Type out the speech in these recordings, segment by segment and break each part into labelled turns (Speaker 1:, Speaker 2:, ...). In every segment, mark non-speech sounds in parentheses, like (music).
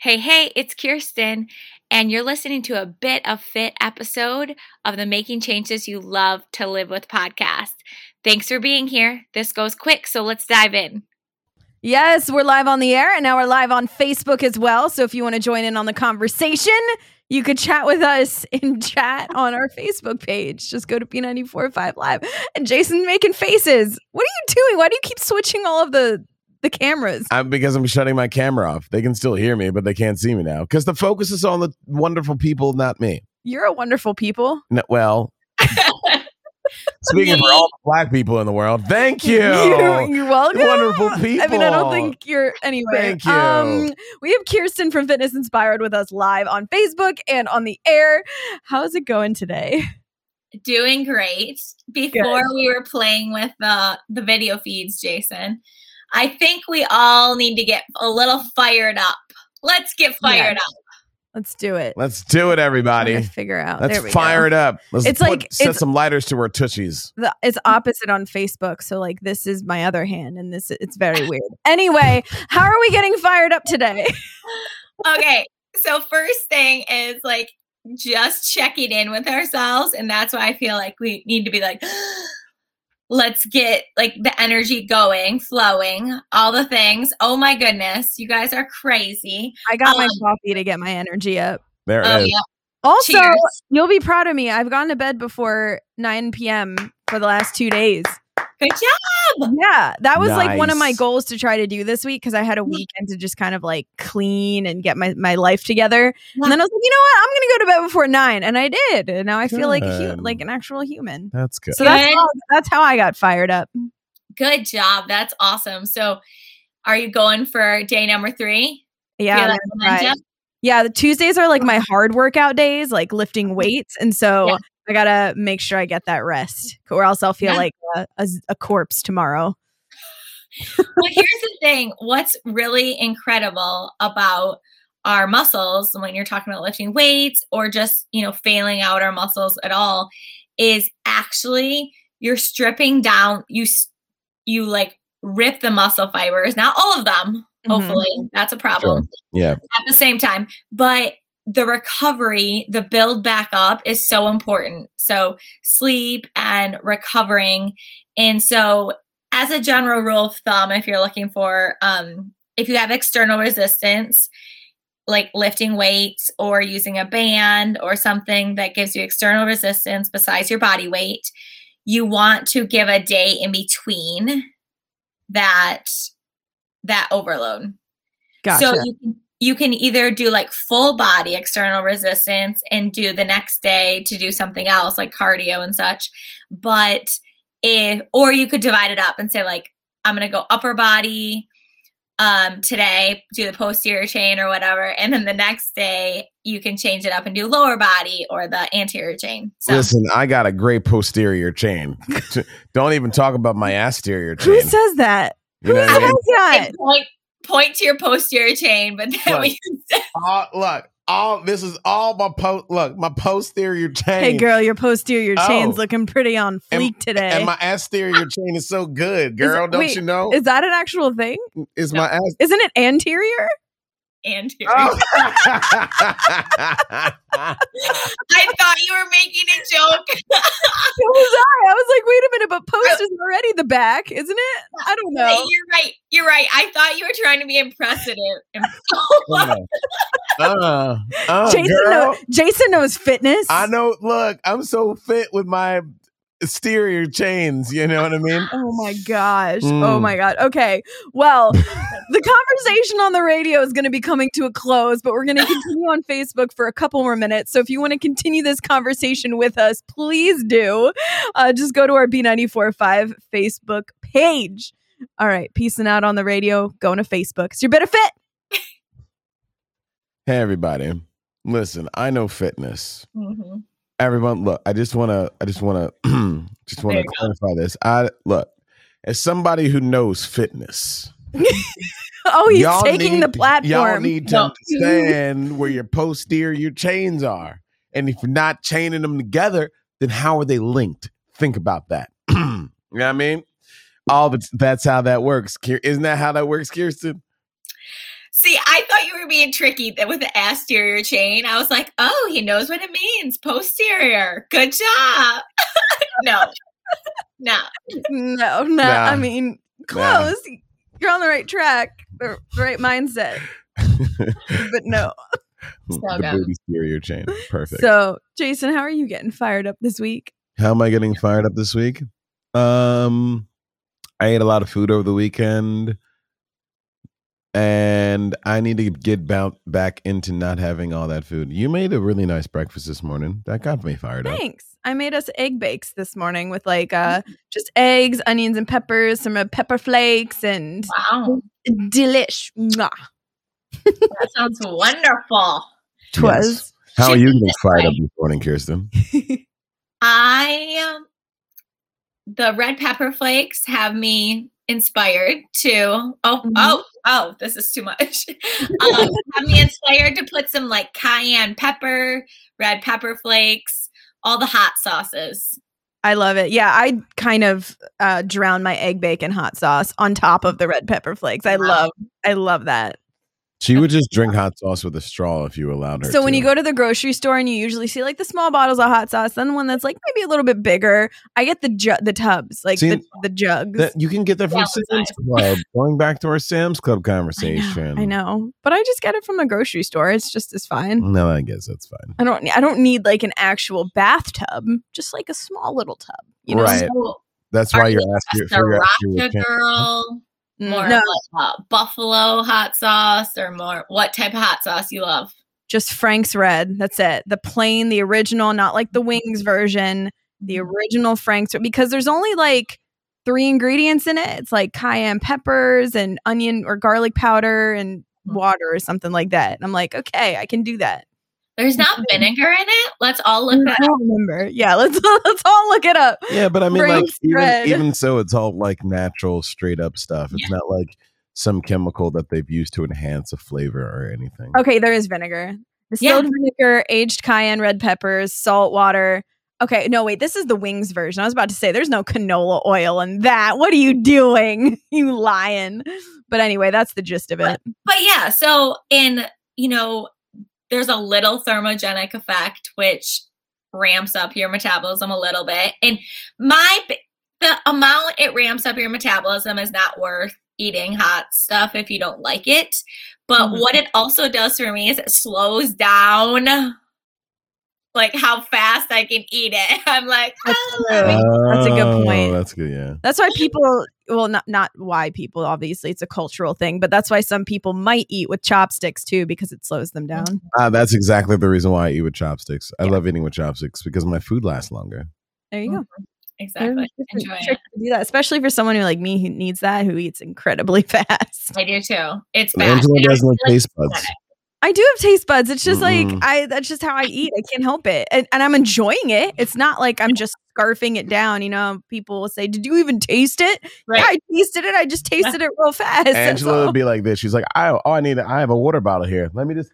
Speaker 1: Hey, hey, it's Kirsten, and you're listening to a Bit of Fit episode of the Making Changes You Love to Live with podcast. Thanks for being here. This goes quick, so let's dive in.
Speaker 2: Yes, we're live on the air and now we're live on Facebook as well. So if you want to join in on the conversation, you could chat with us in chat on our Facebook page. Just go to P945 Live. And Jason's making faces. What are you doing? Why do you keep switching all of the the cameras?
Speaker 3: I'm, because I'm shutting my camera off. They can still hear me, but they can't see me now because the focus is on the wonderful people, not me.
Speaker 2: You're a wonderful people.
Speaker 3: No,
Speaker 2: (laughs)
Speaker 3: well, speaking for all the black people in the world, thank you.
Speaker 2: (laughs) You, are welcome.
Speaker 3: Wonderful
Speaker 2: I mean, I
Speaker 3: people.
Speaker 2: don't think you're anyway. Um,
Speaker 3: Thank you.
Speaker 2: we have Kirsten from Fitness Inspired with us live on Facebook and on the air. How's it going today? (laughs)
Speaker 4: Doing great. Before we were playing with the the video feeds, Jason. I think we all need to get a little fired up. Let's get fired up.
Speaker 2: Let's do it.
Speaker 3: Let's do
Speaker 2: I'm
Speaker 3: it,
Speaker 2: gonna
Speaker 3: everybody.
Speaker 2: figure out.
Speaker 3: Let's
Speaker 2: there we
Speaker 3: fire
Speaker 2: go.
Speaker 3: it up. Let's
Speaker 2: It's
Speaker 3: put-
Speaker 2: like-
Speaker 3: set
Speaker 2: it's-
Speaker 3: some lighters to our tushies.
Speaker 2: The, it's opposite on Facebook, so like this is my other hand, and this it's very weird. Anyway, how are we getting fired up today?
Speaker 4: Okay. So first thing is like just checking in with ourselves and that's why I feel like we need to be like (gasps) let's get like the energy going, flowing, all the things. Oh my goodness, you guys are crazy.
Speaker 2: I got my
Speaker 4: Um,
Speaker 2: coffee to get my energy up.
Speaker 3: There it
Speaker 4: Oh
Speaker 3: is.
Speaker 4: yeah.
Speaker 2: Also,
Speaker 4: Cheers.
Speaker 2: you'll be proud of me. I've gone to bed before 9 p.m. for the last two days.
Speaker 4: Good job.
Speaker 2: Yeah, that was like one of my
Speaker 3: Nice.
Speaker 2: goals to try to do this week because I had a weekend to just kind of like clean and get my, my life together. And then I was like, you know what? I'm going to go to bed before nine, and I did. And now I feel like a hu-
Speaker 3: Good.
Speaker 2: like an actual human.
Speaker 3: That's good.
Speaker 2: So that's
Speaker 4: Good.
Speaker 2: how, that's how I got fired up.
Speaker 4: Good job. That's awesome. So, are you going for day number three?
Speaker 2: Yeah,
Speaker 4: Feel
Speaker 2: I'm
Speaker 4: that
Speaker 2: gonna try.
Speaker 4: momentum?
Speaker 2: yeah. The Tuesdays are like my hard workout days, like lifting weights, and so
Speaker 4: Yeah.
Speaker 2: I gotta make sure I get that rest, or else I'll feel
Speaker 4: Yeah.
Speaker 2: like a, a, a corpse tomorrow.
Speaker 4: well, here's the thing. What's really incredible about our muscles when you're talking about lifting weights or just, you know, failing out our muscles at all is actually you're stripping down you s- you like rip the muscle fibers, not all of them.
Speaker 2: Mm-hmm.
Speaker 4: Hopefully, that's a problem
Speaker 3: Yeah.
Speaker 4: at the same time. But the recovery, the build back up is so important. So, sleep and recovering. And so, as a general rule of thumb, if you're looking for, um, if you have external resistance, like lifting weights or using a band or something that gives you external resistance besides your body weight, you want to give a day in between that that overload.
Speaker 2: Gotcha.
Speaker 4: So you can, you can either do like full body external resistance and do the next day to do something else like cardio and such. But if or you could divide it up and say like I'm going to go upper body um today, do the posterior chain or whatever, (laughs) and then the next day you can change it up and do lower body or the anterior chain. So
Speaker 3: Listen, I got a great posterior
Speaker 2: (laughs)
Speaker 3: chain. Don't even talk about my asterior chain.
Speaker 2: Who says that?
Speaker 3: You know
Speaker 2: Who
Speaker 3: what I
Speaker 2: says
Speaker 3: mean?
Speaker 2: that?
Speaker 4: point point to your posterior chain, but then
Speaker 3: Right.
Speaker 4: we
Speaker 3: All- look, all this is all my post. Look, my posterior chain.
Speaker 2: Hey, girl, your posterior chain's
Speaker 3: Oh.
Speaker 2: looking pretty on
Speaker 3: Am-
Speaker 2: fleek today.
Speaker 3: And my asterior chain is so good, girl. don't
Speaker 2: wait,
Speaker 3: you know?
Speaker 2: Is that an actual thing?
Speaker 3: It's my
Speaker 2: (laughs)
Speaker 3: ass.
Speaker 2: Isn't it anterior? (laughs)
Speaker 4: (laughs) anterior.
Speaker 3: Oh.
Speaker 4: I thought you were making a joke.
Speaker 2: So was I. I was like, wait a minute, but post is already the back, isn't it? I don't
Speaker 4: Wait,
Speaker 2: know.
Speaker 4: You're right. You're right. I thought you were trying to be impressive. Oh (laughs)
Speaker 3: (laughs) uh, uh,
Speaker 2: Jason,
Speaker 3: girl.
Speaker 2: know, Jason knows fitness.
Speaker 3: I know. Look, I'm so fit with my exterior chains. You know what I mean?
Speaker 2: Oh my gosh. Oh
Speaker 3: Mm.
Speaker 2: my God. Okay. Well, the conversation on the radio is going to be coming to a close, but we're going to
Speaker 3: (laughs)
Speaker 2: continue on Facebook for a couple more minutes. So if you want to continue this conversation with us, please do. Uh, just go to our B945 Facebook page. All right. Peacing out on the radio, going to Facebook. It's your better fit. (laughs)
Speaker 3: Hey, everybody. Listen, I know fitness.
Speaker 4: Mhm.
Speaker 3: everyone look i just want to i just want to (clears throat) just want
Speaker 4: There
Speaker 3: to
Speaker 4: you
Speaker 3: clarify this i look as somebody who knows fitness
Speaker 2: Oh, he's
Speaker 3: y'all
Speaker 2: taking
Speaker 3: need-
Speaker 2: the platform.
Speaker 3: y'all need to
Speaker 4: No.
Speaker 3: understand where your posterior chains are and if you're not chaining them together then how are they linked think about that (clears throat) you know what i (laughs) mean all the, that's how that works Kier- isn't that how that works kirsten
Speaker 4: See, I thought you were being tricky th- with the posterior chain. I was like, oh, he knows what it means. Posterior. Good job. (laughs) no, no.
Speaker 2: (laughs) No, no.
Speaker 3: Nah.
Speaker 2: I mean, close. You're on the right track, the right mindset, but no.
Speaker 3: the
Speaker 4: good.
Speaker 3: booty stereo chain. Perfect.
Speaker 2: So, Jason, how are you getting fired up this week?
Speaker 3: How am I getting fired up this week? Um, I ate a lot of food over the weekend, and I need to get bound back into not having all that food. You made a really nice breakfast this morning. That got me fired up.
Speaker 2: Thanks. I made us egg bakes this morning with like uh
Speaker 3: Mm-hmm.
Speaker 2: just eggs, onions, and peppers, some uh, pepper flakes, and
Speaker 4: Wow.
Speaker 2: delish. Mwah.
Speaker 4: That sounds wonderful.
Speaker 2: Twas. (laughs)
Speaker 3: How are
Speaker 4: Should
Speaker 3: you
Speaker 4: be
Speaker 3: getting
Speaker 4: this
Speaker 3: fired
Speaker 4: way.
Speaker 3: up this morning, Kirsten?
Speaker 4: I um, the red pepper flakes have me inspired to oh
Speaker 2: Mhm.
Speaker 4: oh oh this is too much. (laughs) um, have me inspired to put some like cayenne pepper, red pepper flakes, all the hot sauces.
Speaker 2: I love it. Yeah, I kind of uh, drown my egg bake in hot sauce on top of the red pepper flakes. I
Speaker 4: Wow.
Speaker 2: love, I love that.
Speaker 3: She would just drink hot sauce with a straw if you allowed her.
Speaker 2: So when
Speaker 3: to.
Speaker 2: you go to the grocery store and you usually see like the small bottles of hot sauce, then one that's like maybe a little bit bigger. I get the ju- the tubs, like
Speaker 3: See,
Speaker 2: the, the jugs.
Speaker 3: that, you can get that from
Speaker 4: Yeah,
Speaker 3: Sam's Club. Going back to our Sam's Club conversation, Mm.
Speaker 2: I know, but I just get it from the grocery store. It's just as fine.
Speaker 3: No, I guess that's fine.
Speaker 2: I don't. I don't need like an actual bathtub. Just like a small little tub. You know.
Speaker 3: Right.
Speaker 4: So,
Speaker 3: That's
Speaker 4: Are
Speaker 3: why
Speaker 4: you
Speaker 3: you're asking. for your
Speaker 4: sriracha girl,
Speaker 2: Mm,
Speaker 4: more
Speaker 2: no,
Speaker 4: like, uh, buffalo hot sauce, or more what type of hot sauce you love?
Speaker 2: just Frank's Red. That's it. The plain, the original, not like the wings version. The original Frank's because there's only like three ingredients in it. It's like cayenne peppers and onion or garlic powder and water or something like that. And I'm like, okay, I can do that.
Speaker 4: There's not vinegar in it. Let's all look that
Speaker 2: I don't remember. Yeah, let's (laughs) let's all look it up.
Speaker 3: Yeah, but I mean, like
Speaker 2: Brain's
Speaker 3: even,
Speaker 2: red.
Speaker 3: even so, it's all like natural, straight up stuff. It's not like some chemical that they've used to enhance a flavor or anything.
Speaker 2: Okay, there is vinegar.
Speaker 4: Yeah.
Speaker 2: Distilled vinegar, aged cayenne, red peppers, salt water. Okay, no, wait, this is the wings version. I was about to say there's no canola oil in that. What are you doing? (laughs) You lying. But anyway, that's the gist of it.
Speaker 4: but yeah, so in you know, there's a little thermogenic effect which ramps up your metabolism a little bit, and my b- the amount it ramps up your metabolism is not worth eating hot stuff if you don't like it. But
Speaker 2: Mhm.
Speaker 4: what it also does for me is it slows down like how fast I can eat it. (laughs) I'm like,
Speaker 2: That's
Speaker 4: "Oh,
Speaker 2: true.
Speaker 4: let me
Speaker 2: That's a good
Speaker 3: Oh,
Speaker 2: point.
Speaker 3: That's good. Yeah.
Speaker 2: That's why people well not not why people obviously it's a cultural thing, but that's why some people might eat with chopsticks too because it slows them down.
Speaker 3: Ah, that's exactly the reason why I eat with chopsticks. I
Speaker 4: Yeah.
Speaker 3: love eating with chopsticks because my food lasts longer.
Speaker 2: There you go.
Speaker 4: Exactly.
Speaker 2: There's different
Speaker 4: Enjoy it.
Speaker 2: tricks to do that, especially for someone who like me who needs that who eats incredibly (laughs) fast.
Speaker 4: I do too. It's
Speaker 3: And
Speaker 4: bad.
Speaker 3: Angela
Speaker 4: And I
Speaker 3: doesn't like
Speaker 4: feel
Speaker 3: taste buds.
Speaker 2: I do have taste buds. It's just
Speaker 3: Mm-mm.
Speaker 2: like I that's just how I eat. I can't help it. And, and I'm enjoying it. It's not like I'm just scarfing it down. You know, people will say, Did you even taste it?
Speaker 4: Right.
Speaker 2: Yeah, I tasted it. I just tasted it real fast. That's
Speaker 3: Angela
Speaker 2: all.
Speaker 3: would be like this. She's like, I oh, I need. I have a water bottle here. Let me just.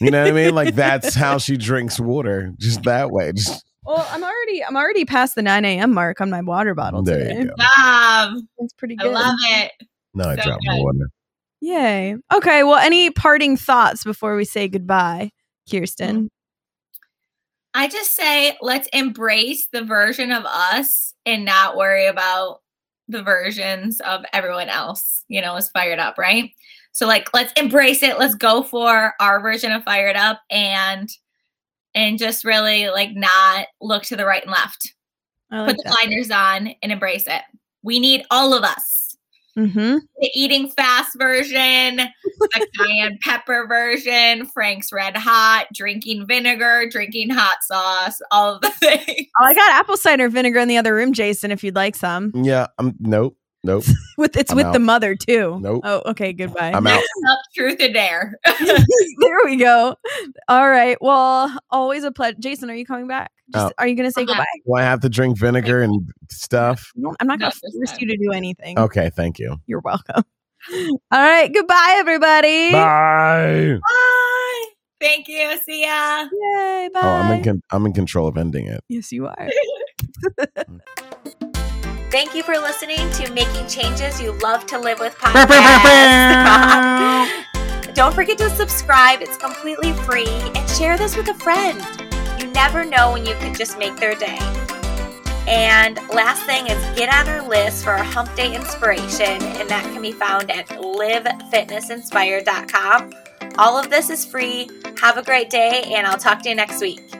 Speaker 3: You know what I mean? Like that's how she drinks water, just that way. Just
Speaker 2: Well, I'm already I'm already past the nine AM mark on my water bottle
Speaker 3: there
Speaker 2: today.
Speaker 3: you go.
Speaker 4: Bob,
Speaker 2: It's pretty
Speaker 4: I
Speaker 2: good.
Speaker 4: love it.
Speaker 3: No, I
Speaker 4: So
Speaker 3: dropped my
Speaker 4: good.
Speaker 3: water.
Speaker 2: Yay. Okay. Well, any parting thoughts before we say goodbye, Kirsten?
Speaker 4: I just say let's embrace the version of us and not worry about the versions of everyone else, you know, is fired up, right? So like let's embrace it. Let's go for our version of fired up and and just really like not look to the right and left.
Speaker 2: I
Speaker 4: Put
Speaker 2: like
Speaker 4: the
Speaker 2: that.
Speaker 4: blinders on and embrace it. We need all of us.
Speaker 2: Mm-hmm.
Speaker 4: the eating fast version, the cayenne pepper version, Frank's Red Hot, drinking vinegar, drinking hot sauce, all of the (laughs) things.
Speaker 2: Oh, I got apple cider vinegar in the other room, Jason, if you'd like some.
Speaker 3: Yeah, I'm nope, nope.
Speaker 2: With it's
Speaker 3: I'm
Speaker 2: with the
Speaker 3: out.
Speaker 2: mother too.
Speaker 3: Nope.
Speaker 2: Oh, okay. Goodbye.
Speaker 3: I'm out.
Speaker 4: Next up, truth or dare.
Speaker 2: (laughs) there we go. All right. Well, always a pleasure. Jason, are you coming back? Just,
Speaker 3: Oh.
Speaker 2: Are you going to say
Speaker 4: I'm
Speaker 2: goodbye?
Speaker 3: Do I have to drink vinegar and stuff?
Speaker 2: No, I'm not
Speaker 4: No,
Speaker 2: going to
Speaker 4: this
Speaker 2: force
Speaker 4: time.
Speaker 2: you to do anything.
Speaker 3: Okay, thank you.
Speaker 2: You're welcome. (laughs) All right. Goodbye, everybody.
Speaker 3: Bye.
Speaker 4: Bye. Thank you. See ya.
Speaker 2: Yay. Bye.
Speaker 3: Oh, I'm in con- I'm in control of ending it.
Speaker 2: yes, you are.
Speaker 4: Thank you for listening to Making Changes You Love to Live With podcast. (laughs) Don't forget to subscribe, it's completely free, and share this with a friend. You never know when you could just make their day. And last thing is get on our list for our hump day inspiration, and that can be found at livefitnessinspired.com. All of this is free. Have a great day, and I'll talk to you next week.